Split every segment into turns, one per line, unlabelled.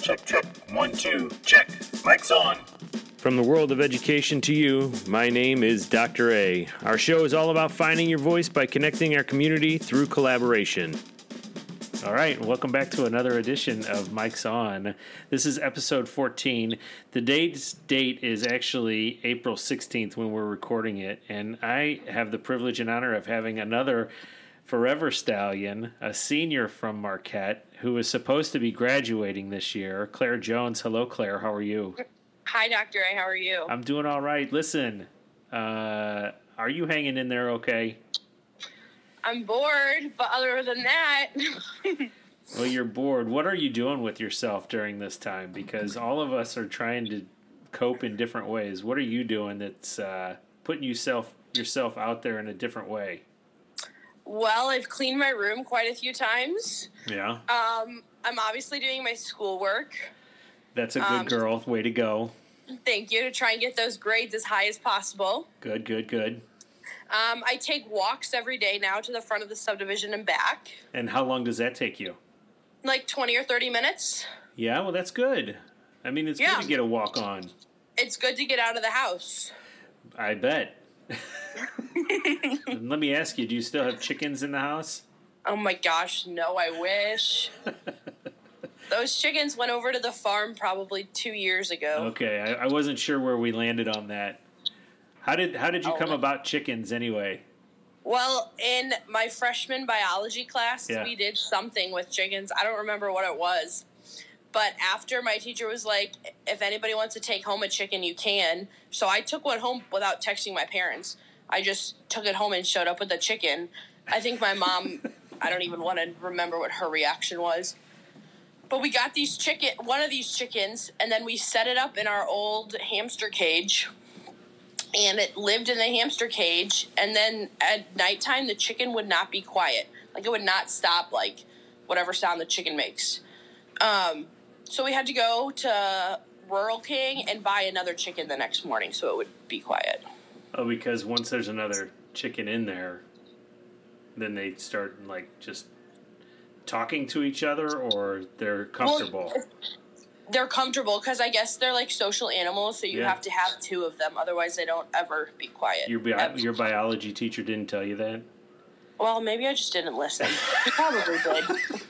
Check, check. One, two, check. Mic's on.
From the world of education to you, my name is Dr. A. Our show is all about finding your voice by connecting our community through collaboration.
All right, welcome back to another edition of Mike's On. This is episode 14. The date's date is actually April 16th when we're recording it, and I have the privilege and honor of having another forever stallion, a senior from Marquette who is supposed to be graduating this year, Claire Jones. Hello Claire, how are you?
Hi, Dr. A. How are you?
I'm doing all right. Listen, uh are you hanging in there okay?
I'm bored, but other than that,
Well, you're bored. What are you doing with yourself during this time? Because all of us are trying to cope in different ways. What are you doing that's uh, putting yourself yourself out there in a different way?
well, I've cleaned my room quite a few times.
Yeah,
Um, I'm obviously doing my schoolwork.
that's a good
um,
girl. Way to go.
Thank you to try and get those grades as high as possible.
Good, good, good.
Um, I take walks every day now to the front of the subdivision and back,
And how long does that take you?
like 20 or 30 minutes.
Yeah, well, that's good. I mean, it's
Yeah.
good to get a walk on.
It's good to get out of the house.
I bet. And Let me ask you: Do you still have chickens in the house?
Oh my gosh, no, I wish. Those chickens went over to the farm probably two years ago.
Okay, I, I wasn't sure where we landed on that. How did how did you
Oh,
come
no.
about chickens anyway?
Well, in my freshman biology class,
Yeah.
we did something with chickens. I don't remember what it was. But after my teacher was like, if anybody wants to take home a chicken, you can. So I took one home without texting my parents. I just took it home and showed up with the chicken. I think my mom, I don't even want to remember what her reaction was. But we got these chicken, one of these chickens, and then we set it up in our old hamster cage and it lived in the hamster cage. And then at nighttime, the chicken would not be quiet. Like it would not stop, like whatever sound the chicken makes. Um, so we had to go to Rural King and buy another chicken the next morning so it would be quiet.
Oh, because once there's another chicken in there, then they start like just talking to each other, or they're comfortable.
They're comfortable because I guess they're like social animals, so you
Yeah.
have to have two of them. Otherwise, they don't ever be quiet.
your bio-
Ever.
your biology teacher didn't tell you that.
well, maybe I just didn't listen. He probably did.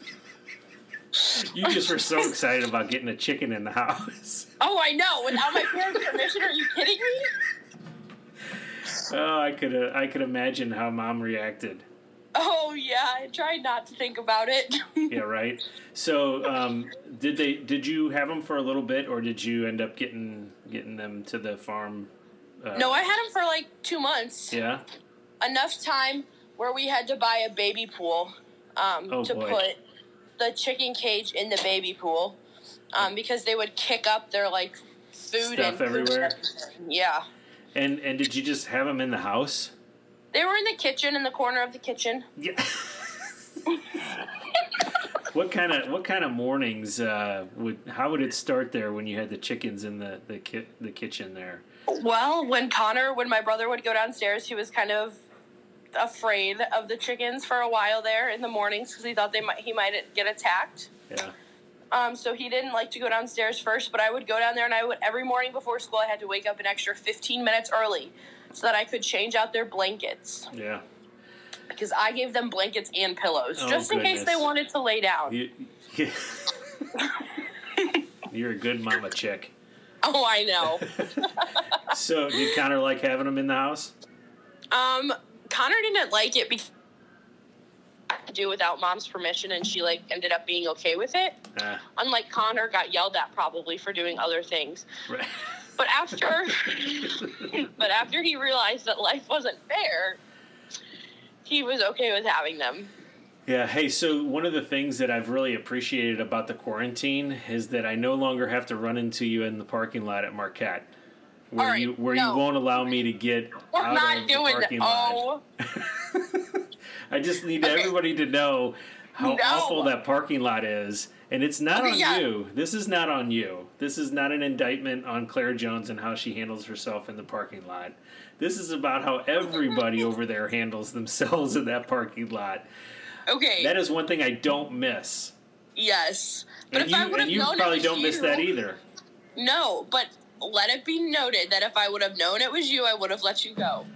You just were so excited about getting a chicken in the house.
Oh, I know. Without my parents' permission, are you kidding me?
Oh, I could uh, I could imagine how mom reacted.
Oh yeah, I tried not to think about it.
Yeah, right. So, um, did they? Did you have them for a little bit, or did you end up getting getting them to the farm? Uh,
no, I had them for like two months.
Yeah.
Enough time where we had to buy a baby pool um,
Oh,
to
boy.
put the chicken cage in the baby pool um, because they would kick up their like food
Stuff
and food
everywhere.
everywhere. Yeah,
And and did you just have them in the house?
they were in the kitchen in the corner of the kitchen.
Yeah. what kind of what kind of mornings uh, would how would it start there when you had the chickens in the the, ki- the kitchen there?
Well, when Connor, when my brother would go downstairs, he was kind of afraid of the chickens for a while there in the mornings because he thought they might he might get attacked.
Yeah.
Um, so he didn't like to go downstairs first, but I would go down there and I would every morning before school I had to wake up an extra 15 minutes early so that I could change out their blankets
Yeah.
because I gave them blankets and pillows
Oh,
just in case
goodness.
they wanted to lay down.
You, yeah. You're a good mama chick.
Oh, I know.
So did Connor like having them in the house?
um, Connor didn't like it because do without mom's permission and she like ended up being okay with it.
Uh,
Unlike Connor got yelled at probably for doing other things.
right.
But after, but after he realized that life wasn't fair, he was okay with having them.
Yeah. Hey, so one of the things that I've really appreciated about the quarantine is that I no longer have to run into you in the parking lot at Marquette, where
All right,
you where
no.
you won't allow me to get
We're
out
not
of the
doing.
parking lot.
Oh,
I just need
Okay.
everybody to know how
No.
awful that parking lot is, and it's not
Okay,
on
yeah.
you. This is not on you. This is not an indictment on Claire Jones and how she handles herself in the parking lot. This is about how everybody over there handles themselves in that parking lot.
Oh, okay.
That is one thing I don't miss.
Yes. But
and
if
you,
I would have
and you
known it
probably
was
don't miss that
you-
either.
No, but let it be noted that if I would have known it was you, I would have let you go.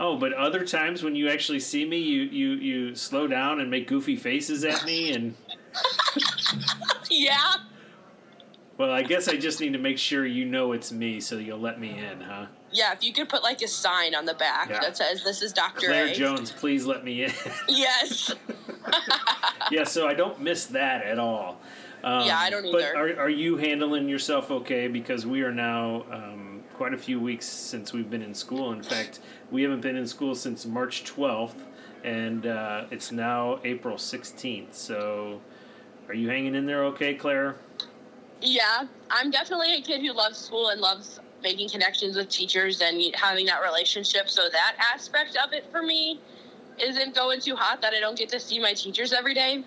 Oh, but other times when you actually see me, you you you slow down and make goofy faces at me, and
Yeah.
well, I guess I just need to make sure you know it's me, so you'll let me in, huh?
Yeah, if you could put like a sign on the back
Yeah.
that says this is Dr.
Claire
A.
Jones, please let me in.
Yes.
yeah, so I don't miss that at all. Um,
Yeah, I don't
but
either.
are, are you handling yourself okay? Because we are now um, quite a few weeks since we've been in school. In fact, we haven't been in school since March 12th, and uh, it's now April 16th. So are you hanging in there okay, Claire?
Yeah. I'm definitely a kid who loves school and loves making connections with teachers and having that relationship. So that aspect of it for me isn't going too hot that I don't get to see my teachers every day.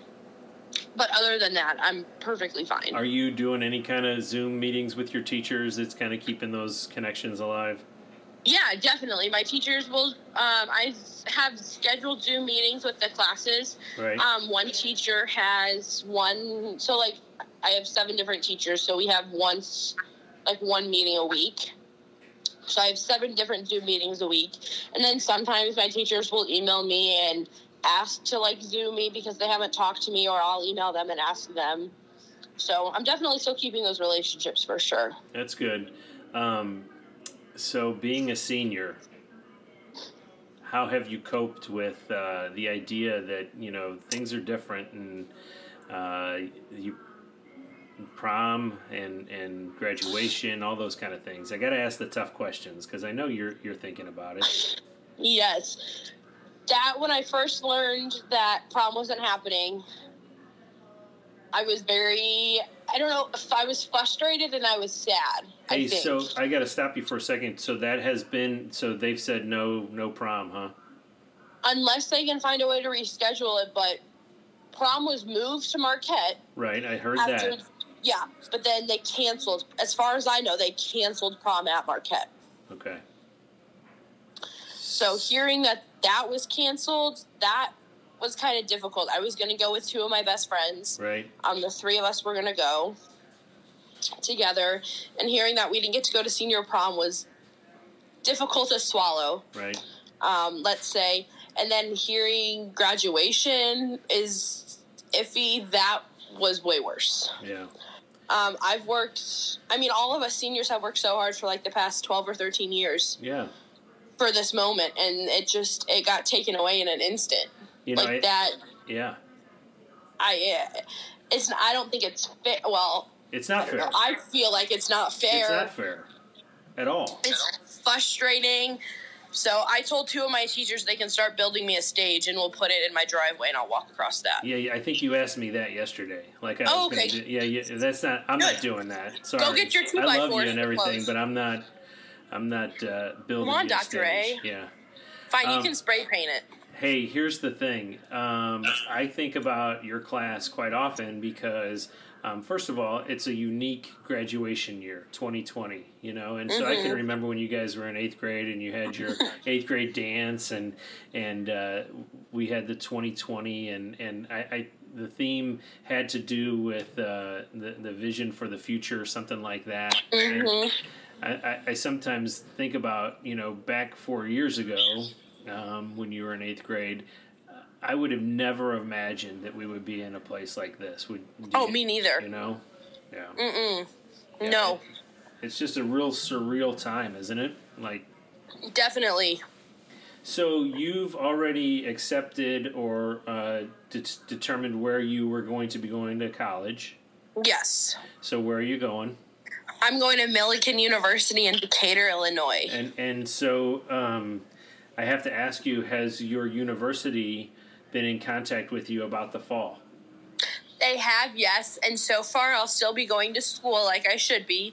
But other than that, I'm perfectly fine.
Are you doing any kind of Zoom meetings with your teachers that's kind of keeping those connections alive?
Yeah, definitely. My teachers will. Um, I s- have scheduled Zoom meetings with the classes.
Right.
Um, one teacher has one. So like, I have seven different teachers. So we have once, like one meeting a week. So I have seven different Zoom meetings a week, and then sometimes my teachers will email me and ask to like Zoom me because they haven't talked to me, or I'll email them and ask them. So I'm definitely still keeping those relationships for sure.
That's good. Um, so, being a senior, how have you coped with uh, the idea that you know things are different and uh, you prom and and graduation, all those kind of things? I got to ask the tough questions because I know you're you're thinking about it.
Yes. That when I first learned that prom wasn't happening, I was very I don't know if I was frustrated and I was sad.
Hey,
I think.
so I got to stop you for a second. So that has been so they've said no no prom, huh?
unless they can find a way to reschedule it, but prom was moved to Marquette
Right, I heard
after
that.
yeah, but then they canceled as far as I know, they canceled prom at Marquette.
Okay.
So hearing that that was canceled, that was kind of difficult. I was going to go with two of my best friends.
Right.
um, the three of us were going to go together and hearing that we didn't get to go to senior prom was difficult to swallow
Right.
um, let's say and then hearing graduation is iffy that was way worse
Yeah.
um, i've worked i mean all of us seniors have worked so hard for like the past 12 or 13 years
Yeah.
for this moment and it just it got taken away in an instant
You know,
like
I-
that
Yeah.
i it's i don't think it's fair well
It's not fair.
I feel like it's not fair.
It's not fair at all.
It's frustrating. So I told two of my teachers they can start building me a stage and we'll put it in my driveway and I'll walk across that.
Yeah, yeah, I think you asked me that yesterday. Like, I
Oh,
was gonna
okay.
do, yeah, yeah, that's not. I'm not
Good.
doing that. Sorry.
get your two
I
by
love you
fours
and
and
everything,
clothes.
but I'm not. I'm not uh, building.
on,
you a
Dr. A.
stage. Yeah.
Fine,
Um,
you can spray paint it.
Hey, here's the thing. Um, I think about your class quite often because, um, first of all, it's a unique graduation year, 2020. You know, and so I can remember when you guys were in eighth grade and you had your eighth grade dance, and and uh, we had the 2020, and and I. I the theme had to do with uh, the the vision for the future, something like that. And- I, I, I sometimes think about you know back four years ago um, when you were in eighth grade i would have never imagined that we would be in a place like this would do
Oh,
you-
me neither.
you know yeah Yeah,
No,
it's just a real surreal time isn't it like
definitely.
so you've already accepted or uh, det determined where you were going to be going to college
Yes.
so where are you going
I'm going to Millikan University in Decatur, Illinois.
And and so um, I have to ask you: Has your university been in contact with you about the fall?
They have, yes. And so far, I'll still be going to school like I should be.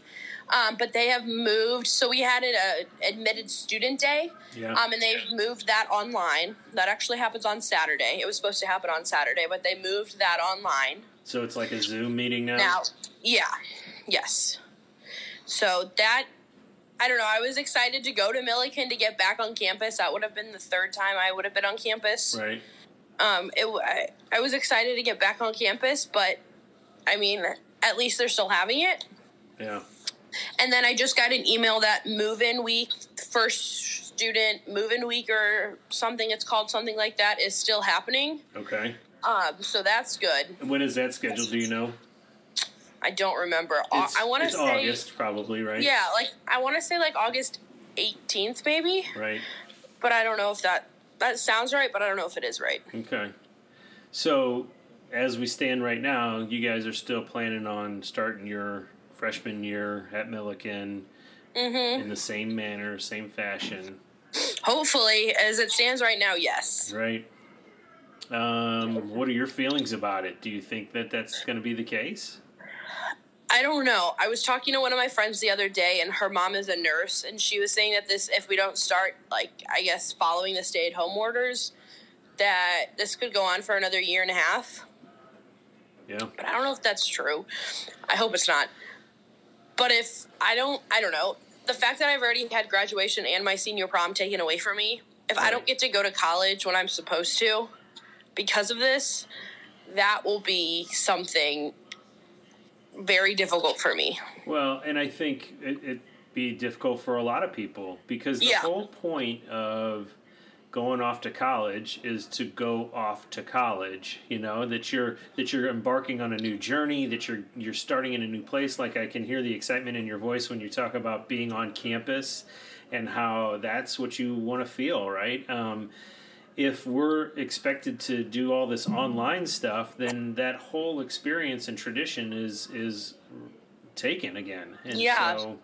Um, but they have moved. So we had an uh, admitted student day.
Yeah.
Um, and they've moved that online. That actually happens on Saturday. It was supposed to happen on Saturday, but they moved that online.
So it's like a Zoom meeting now.
Now, yeah, yes. So that, I don't know, I was excited to go to Milliken to get back on campus. That would have been the third time I would have been on campus.
Right.
Um, it, w- I, I was excited to get back on campus, but I mean, at least they're still having it.
Yeah.
And then I just got an email that move in week, first student move in week or something it's called, something like that, is still happening.
Okay.
Um, so that's good.
And When is that scheduled? Do you know?
I don't remember. Au- Uh, I want to
it's
say,
August, probably, right?
yeah, like I want to say like August 18th maybe,
Right.
but I don't know if that that sounds right, but I don't know if it is right.
Okay. So, as we stand right now, you guys are still planning on starting your freshman year at Milliken
Mm-hmm.
in the same manner, same fashion,
Hopefully, as it stands right now, yes.
right? Um, what are your feelings about it? Do you think that that's going to be the case?
I don't know. I was talking to one of my friends the other day, and her mom is a nurse, and she was saying that this, if we don't start, like, I guess, following the stay at home orders, that this could go on for another year and a half.
Yeah.
But I don't know if that's true. I hope it's not. But if I don't, I don't know. The fact that I've already had graduation and my senior prom taken away from me, if I don't get to go to college when I'm supposed to because of this, that will be something very difficult for me.
Well, and I think it, it'd be difficult for a lot of people because the
Yeah.
whole point of going off to college is to go off to college. You know that you're that you're embarking on a new journey, that you're you're starting in a new place. Like I can hear the excitement in your voice when you talk about being on campus and how that's what you want to feel, right? Um, if we're expected to do all this online stuff, then that whole experience and tradition is is taken again. And
Yeah.
so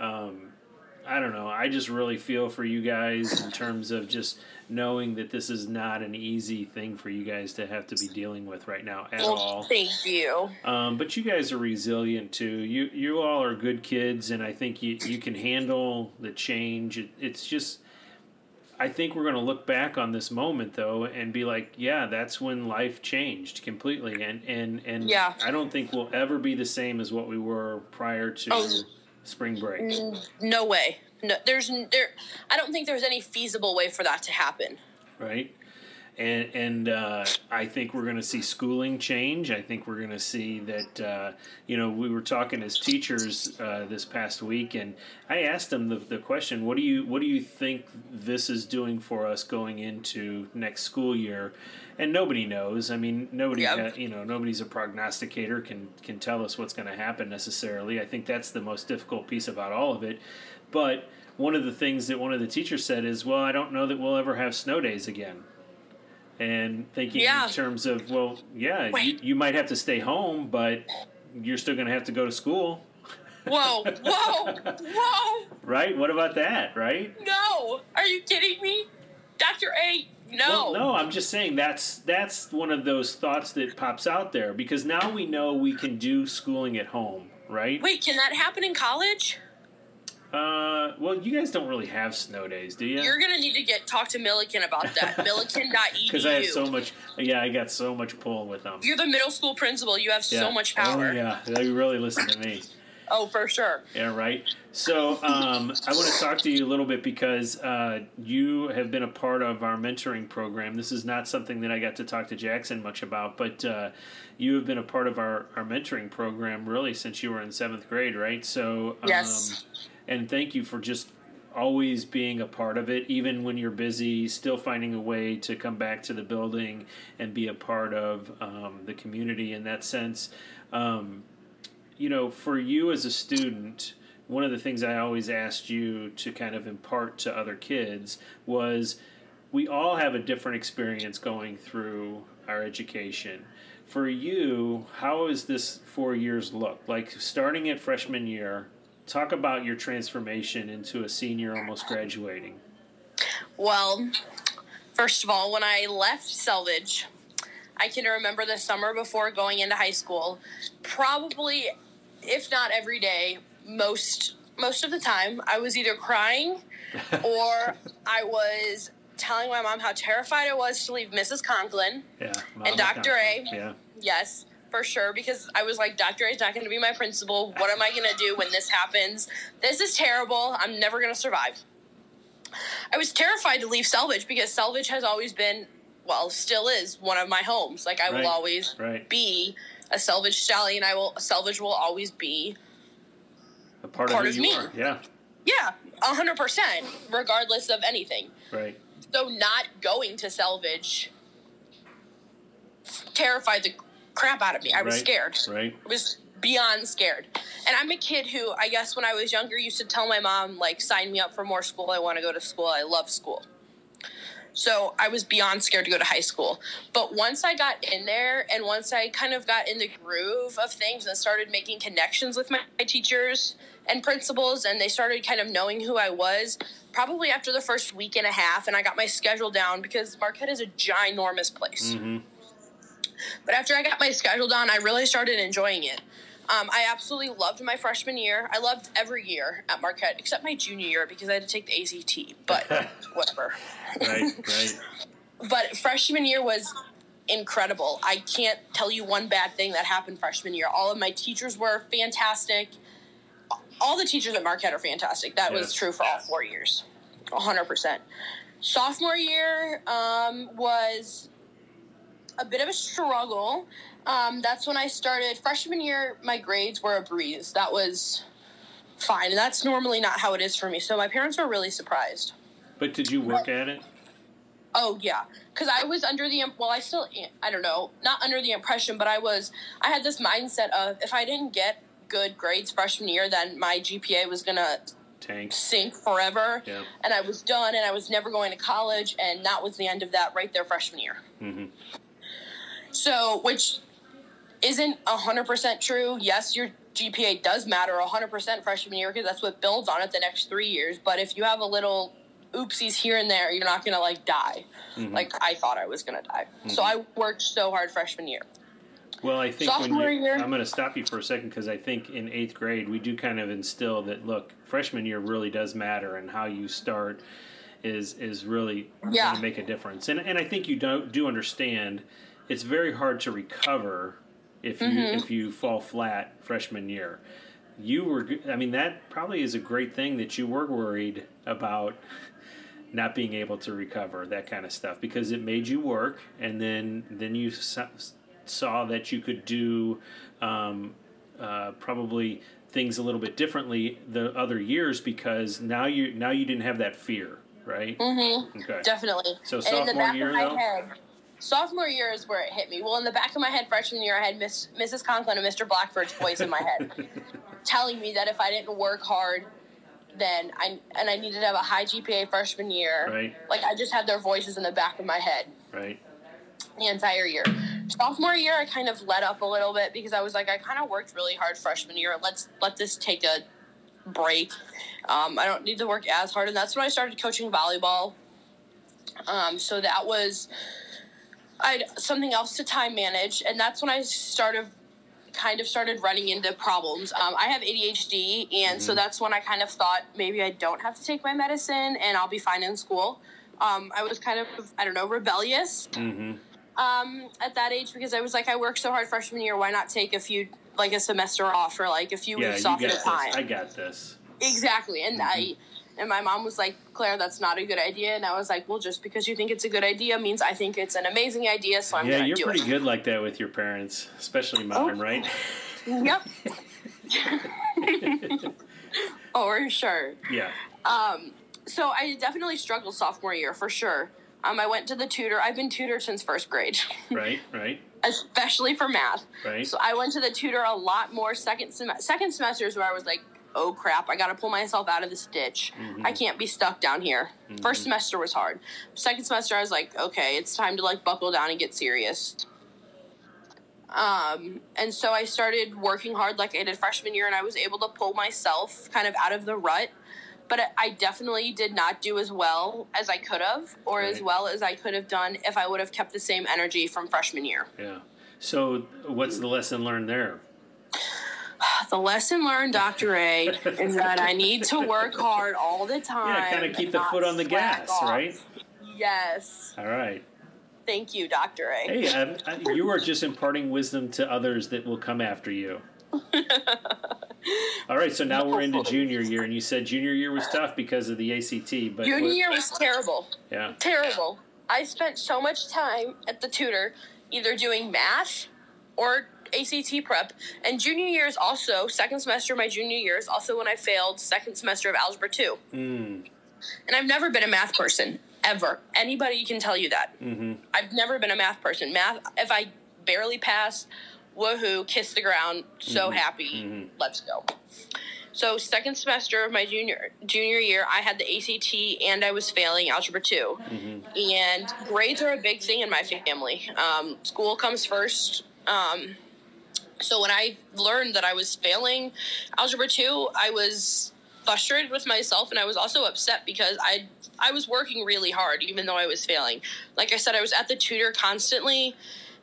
um I don't know. I just really feel for you guys in terms of just knowing that this is not an easy thing for you guys to have to be dealing with right now at all.
Well, thank you.
Um, but you guys are resilient too. You you all are good kids, and I think you, you can handle the change. It, it's just, I think we're going to look back on this moment though and be like, yeah, that's when life changed completely, and and and
Yeah.
I don't think we'll ever be the same as what we were prior to
Oh.
spring break.
No way. No, there's n- there. I don't think there's any feasible way for that to happen.
right? And and uh, I think we're going to see schooling change. I think we're going to see that uh, you know we were talking as teachers uh, this past week, and I asked them the, the question: What do you what do you think this is doing for us going into next school year? And nobody knows. I mean, nobody
Yeah.
ha- you know nobody's a prognosticator can can tell us what's going to happen necessarily. I think that's the most difficult piece about all of it, but one of the things that one of the teachers said is, "Well, I don't know that we'll ever have snow days again." And thinking
Yeah.
in terms of, well, yeah, you,
Wait.
you might have to stay home, but you're still going to have to go to school,
Whoa! Whoa! Whoa!
right? What about that, right?
No! Are you kidding me? Dr. A,
Well,
no.
no, I'm just saying that's that's one of those thoughts that pops out there because now we know we can do schooling at home, right?
Wait, can that happen in college?
Uh, well, you guys don't really have snow days, do you?
You're going to need to get talk to Milliken about that. Milliken.edu.
Because I have so much. Yeah, I got so much pull with them.
You're the middle school principal. You have
Yeah.
so much power.
Oh, yeah, they really listen to me.
Oh, for sure.
Yeah, right. So um, I want to talk to you a little bit because uh, you have been a part of our mentoring program. This is not something that I got to talk to Jackson much about, but uh, you have been a part of our, our mentoring program really since you were in seventh grade, right? So um,
Yes.
and thank you for just always being a part of it even when you're busy still finding a way to come back to the building and be a part of um, the community in that sense um, you know, for you as a student, one of the things I always asked you to kind of impart to other kids was we all have a different experience going through our education. For you, how has this four years looked? Like starting at freshman year, talk about your transformation into a senior almost graduating.
Well, first of all, when I left Selvage, I can remember the summer before going into high school, probably if not every day, most most of the time, I was either crying or I was telling my mom how terrified I was to leave Mrs. Conklin.
Yeah.
And Dr. A.
Yeah.
Yes, for sure. Because I was like, Dr. A's not going to be my principal. What am I going to do when this happens? This is terrible. I'm never going to survive. I was terrified to leave Selvage because Selvage has always been, well, still is one of my homes. Like, I
Right,
will always
right.
be a salvage stallion. I will salvage will always be
A part,
Part
of
of
who
me.
you are. Yeah.
yeah, hundred percent, regardless of anything.
Right.
So not going to salvage terrified the crap out of me. I was
Right.
scared.
Right.
I was beyond scared. And I'm a kid who I guess when I was younger used to tell my mom like sign me up for more school. I want to go to school. I love school. So I was beyond scared to go to high school. But once I got in there and once I kind of got in the groove of things and started making connections with my, my teachers and principals and they started kind of knowing who I was, probably after the first week and a half and I got my schedule down because Marquette is a ginormous place. But after I got my schedule down, I really started enjoying it. Um, I absolutely loved my freshman year. I loved every year at Marquette except my junior year because I had to take the ACT, but whatever
Right. Right.
but freshman year was incredible. I can't tell you one bad thing that happened freshman year. All of my teachers were fantastic. All the teachers at Marquette are fantastic. That was
Yes.
true for all four years, 100%. Sophomore year um, was a bit of a struggle. Um, that's when I started. Freshman year, my grades were a breeze. That was fine. And that's normally not how it is for me. So my parents were really surprised.
But did you work at it?
Oh yeah, because I was under the im- well, I still am- I don't know, not under the impression, but I was I had this mindset of if I didn't get good grades freshman year, then my GPA was gonna
Tanks.
sink forever,
Yeah.
and I was done, and I was never going to college, and that was the end of that right there freshman year. So, which isn't hundred percent true. Yes, your GPA does matter hundred percent freshman year because that's what builds on it the next three years. But if you have a little oopsies here and there, you're not gonna like die, like I thought I was gonna die. So I worked so hard freshman year.
Well, I think when
Sophomore
you,
year.
I'm going to stop you for a second because I think in eighth grade we do kind of instill that look, freshman year really does matter, and how you start is is really
Yeah.
going to make a difference. And and I think you do do understand it's very hard to recover if you
Mm-hmm.
if you fall flat freshman year. You were, g- I mean, that probably is a great thing that you were worried about not being able to recover that kind of stuff because it made you work and then then you s- saw that you could do um, uh, probably things a little bit differently the other years because now you now you didn't have that fear right mm-hmm. okay
Definitely.
So
and in the
sophomore
back
year,
of my
though?
head, sophomore year is where it hit me. Well, in the back of my head, freshman year, I had Miss, Mrs. Conklin and Mr. Blackford's voice in my head, telling me that if I didn't work hard, then I and I needed to have a high GPA freshman year.
Right.
Like I just had their voices in the back of my head
right
the entire year. Sophomore year, I kind of let up a little bit because I was like, I kind of worked really hard freshman year. Let's let this take a break. Um, I don't need to work as hard, and that's when I started coaching volleyball. Um, so that was I had something else to time manage, and that's when I started kind of started running into problems. Um, I have ADHD,
Mm-hmm.
and so that's when I kind of thought maybe I don't have to take my medicine and I'll be fine in school. Um, I was kind of I don't know rebellious
Mm-hmm.
um, at that age because I was like I worked so hard freshman year. Why not take a few like a semester off or like a few
yeah you
weeks
got
off at a
this
time?
i got this
Exactly. And
Mm-hmm.
I and my mom was like, Claire, that's not a good idea. And I was like, Well, just because you think it's a good idea means I think it's an amazing idea, so I'm
yeah
gonna
you're
do
pretty
it.
good like that with your parents especially mine
Oh.
right
Yep. oh, for sure.
yeah
So I definitely struggled sophomore year for sure. Um, I went to the tutor. I've been tutored since first grade,
right right
especially for math.
right
So I went to the tutor a lot more second sem- second semesters where I was like, oh crap, I got to pull myself out of this ditch.
Mm-hmm.
I can't be stuck down here. First semester was hard. Second semester I was like, okay, it's time to like buckle down and get serious. Um, and so I started working hard like I did freshman year and I was able to pull myself kind of out of the rut. But I- I definitely did not do as well as I could have, or as
Right.
well as I could have done if I would have kept the same energy from freshman year.
yeah so what's the lesson learned there
The lesson learned, Dr. A, is that I need to work hard all the time.
yeah kind of keep
and
the
not
foot on the
slack
gas
off.
right
Yes.
all right
Thank you, Dr. A.
Hey, I, I, you are just imparting wisdom to others that will come after you. All right, so now we're into junior year, and you said junior year was tough because of the ACT, but
Junior
what-
year was terrible.
yeah,
Terrible. I spent so much time at the tutor either doing math or ACT prep. And junior year is also, second semester of my junior year is also when I failed second semester of Algebra 2. And I've never been a math person, ever. Anybody can tell you that. I've never been a math person. Math, if I barely pass, woohoo, kiss the ground, so happy, let's go. So second semester of my junior junior year, I had the ACT and I was failing algebra 2 And grades are a big thing in my family. Um, school comes first. Um, so when I learned that I was failing algebra two, I was frustrated with myself and I was also upset because I I was working really hard even though I was failing. Like I said, I was at the tutor constantly.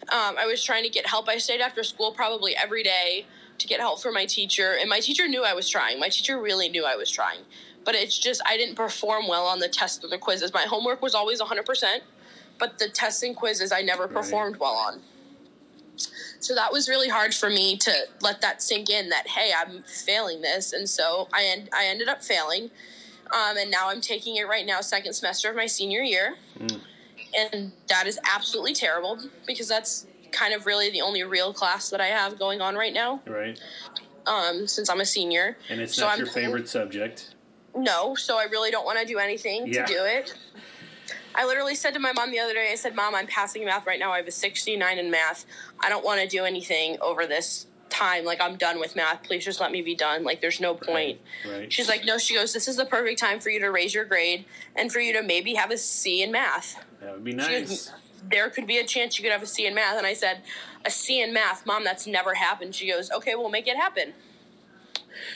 Um, I was trying to get help. I stayed after school probably every day to get help for my teacher, and my teacher knew I was trying. My teacher really knew I was trying, but it's just I didn't perform well on the tests or the quizzes. My homework was always 100%, but the tests and quizzes I never performed well on. So that was really hard for me to let that sink in that hey, I'm failing this, and so I end, I ended up failing, um, and now I'm taking it right now, second semester of my senior year and that is absolutely terrible because that's kind of really the only real class that I have going on right now
Right.
um, since I'm a senior.
And it's
So
not
I'm-
your favorite subject.
No, so I really don't want to do anything
Yeah.
to do it. I literally said to my mom the other day, I said, Mom, I'm passing math right now. I have a 69 in math. I don't want to do anything over this time. Like, I'm done with math. Please just let me be done. Like, there's no point.
Right.
She's like, No, she goes, This is the perfect time for you to raise your grade and for you to maybe have a C in math.
that would be
she was-
nice.
there could be a chance you could have a C in math. And I said, a C in math, mom, that's never happened. She goes, okay, we'll make it happen.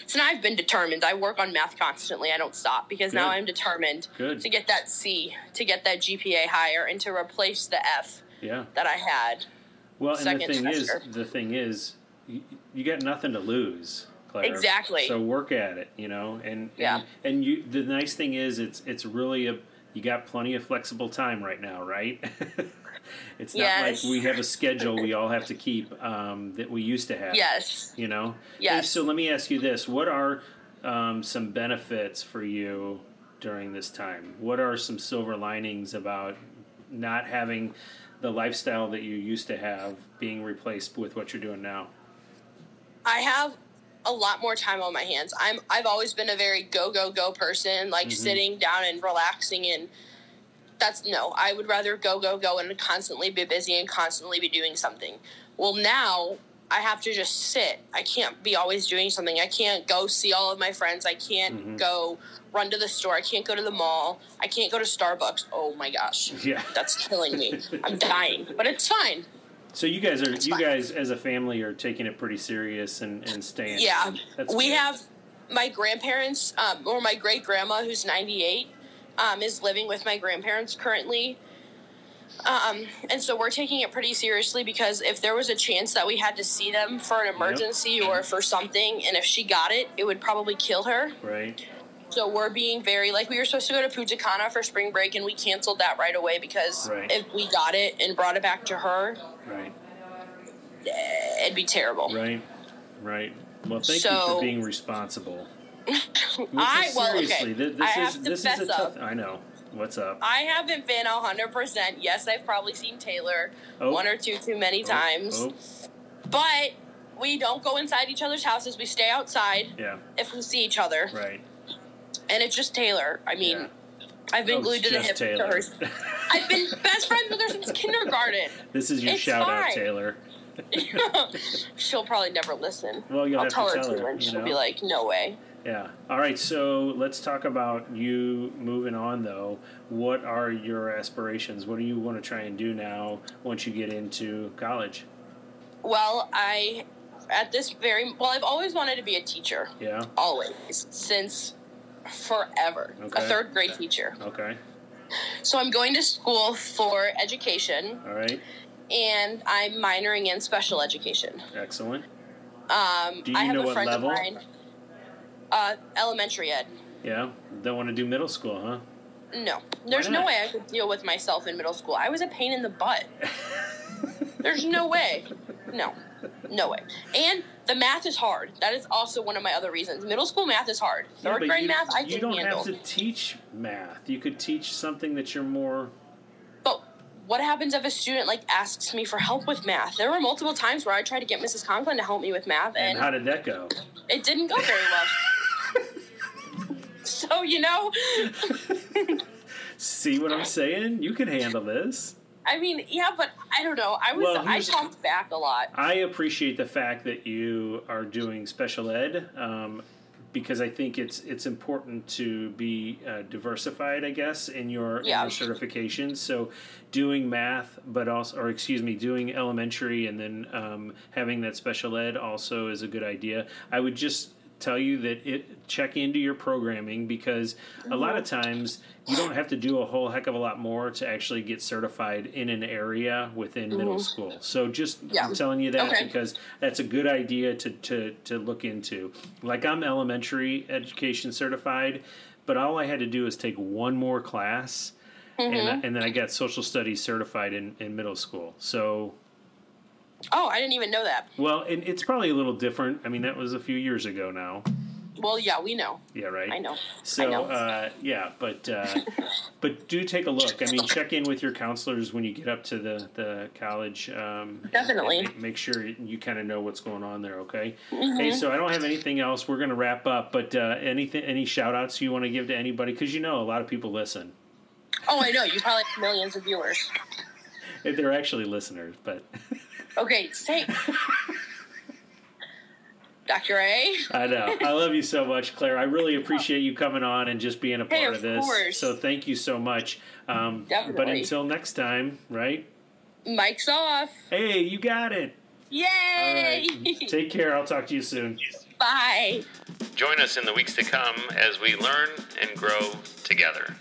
So now I've been determined. I work on math constantly. I don't stop because now
Good.
I'm determined
Good.
to get that C, to get that GPA higher, and to replace the F
Yeah.
that I had.
Well, and the
second
thing is,
semester.
the thing is, you, you got nothing to lose. Claire.
Exactly.
So work at it, you know, and
Yeah.
and, and you. The nice thing is, it's it's really a you got plenty of flexible time right now, right? it's
Yes.
not like we have a schedule we all have to keep um, that we used to have.
Yes.
You know.
Yes.
So let me ask you this: What are um, some benefits for you during this time? What are some silver linings about not having the lifestyle that you used to have being replaced with what you're doing now?
I have a lot more time on my hands. I'm I've always been a very go go go person, like sitting down and relaxing and that's no. I would rather go go go and constantly be busy and constantly be doing something. Well, now I have to just sit. I can't be always doing something. I can't go see all of my friends. I can't go run to the store. I can't go to the mall. I can't go to Starbucks. Oh my gosh.
Yeah.
That's killing me. I'm dying, but it's fine.
So you guys are you
fine.
guys as a family are taking it pretty serious and, and staying.
Yeah,
That's
we
good.
have my grandparents, um, or my great grandma, who's ninety eight, um, is living with my grandparents currently. Um, and so we're taking it pretty seriously because if there was a chance that we had to see them for an emergency
Mm-hmm.
or for something, and if she got it, it would probably kill her.
right.
So we're being very like we were supposed to go to Punta Cana for spring break, and we canceled that right away because
Right.
if we got it and brought it back to her,
Right.
it'd be terrible.
Right. Right. Well, thank you
So-
for being responsible.
I- well, okay.
seriously, thi-
I
this
have
is
to
this is a
fess
tough.
up.
I know. What's up?
I haven't been hundred percent. Yes, I've probably seen Taylor
Oh.
one or two too many
Oh,
times.
oh,
But we don't go inside each other's houses. We stay outside
yeah.
if we see each other.
Right.
And it's just Taylor. I mean,
Yeah.
I've been
Oh,
glued
it's
to the hip
just
to her.
Taylor.
I've been best friends with her since kindergarten.
this is your
It's
shout out,
fine.
Taylor.
She'll probably never listen.
Well, you'll
I'll
have to
tell her
tell her,
to, and
you
she'll
know?
be like, "No way."
Yeah. All right. So let's talk about you moving on, though. What are your aspirations? What do you want to try and do now once you get into college?
Well, I at this very well, I've always wanted to be a teacher.
Yeah.
Always since forever,
Okay.
a third grade teacher.
Okay.
So I'm going to school for education
All right.
and I'm minoring in special education.
Excellent.
Um,
Do you
I have
know
a
what
friend
level?
of mine. Uh, elementary ed.
Yeah. Don't want to do middle school, huh?
No, there's no
not?
way I could deal with myself in middle school. I was a pain in the butt. there's no way. No, no way. And the math is hard. That is also one of my other reasons. Middle school math is hard.
Yeah,
Third
but
grade
you,
math I
You
can
don't
handle.
have to teach math. You could teach something that you're more
But what happens if a student like asks me for help with math? There were multiple times where I tried to get Mrs. Conklin to help me with math,
And
and,
how did that go?
it didn't go very well. so you know,
See what I'm saying? You can handle this.
I mean, yeah, but I don't know. I was
Well,
I
here's-
talked back a lot.
I appreciate the fact that you are doing special ed um, because I think it's it's important to be uh, diversified, I guess, in your,
Yeah.
in your certifications. So, doing math, but also, or excuse me, doing elementary and then um, having that special ed also is a good idea. I would just tell you that it check into your programming because a lot of times you don't have to do a whole heck of a lot more to actually get certified in an area within middle school. So just
Yeah.
I'm telling you that
Okay.
because that's a good idea to, to, to look into. Like I'm elementary education certified, but all I had to do is take one more class
Mm-hmm.
and, and then I got social studies certified in, in middle school. So
Oh, I didn't even know that.
well, and it's probably a little different. I mean, that was a few years ago now.
Well, yeah, we know.
Yeah, right.
I know.
So
I know.
Uh, yeah, but uh, but do take a look. I mean, check in with your counselors when you get up to the the college. Um, and-
Definitely.
and ma- make sure you kind of know what's going on there. Okay.
Mm-hmm.
Hey, so I don't have anything else. We're gonna wrap up. But uh, anything, any shout outs you want to give to anybody? Because you know a lot of people listen.
Oh, I know. You probably have millions of viewers.
Eh, They're actually listeners, but
Okay, say. Dr. A.
I know. I love you so much, Claire. I really appreciate you coming on and just being a part
Hey,
of
of
this.
course.
So thank you so much. Um, But
Definitely.
until next time, right?
Mike's off.
Hey, you got it. All
Yay!
right. Take care. I'll talk to you soon.
Bye.
Join us in the weeks to come as we learn and grow together.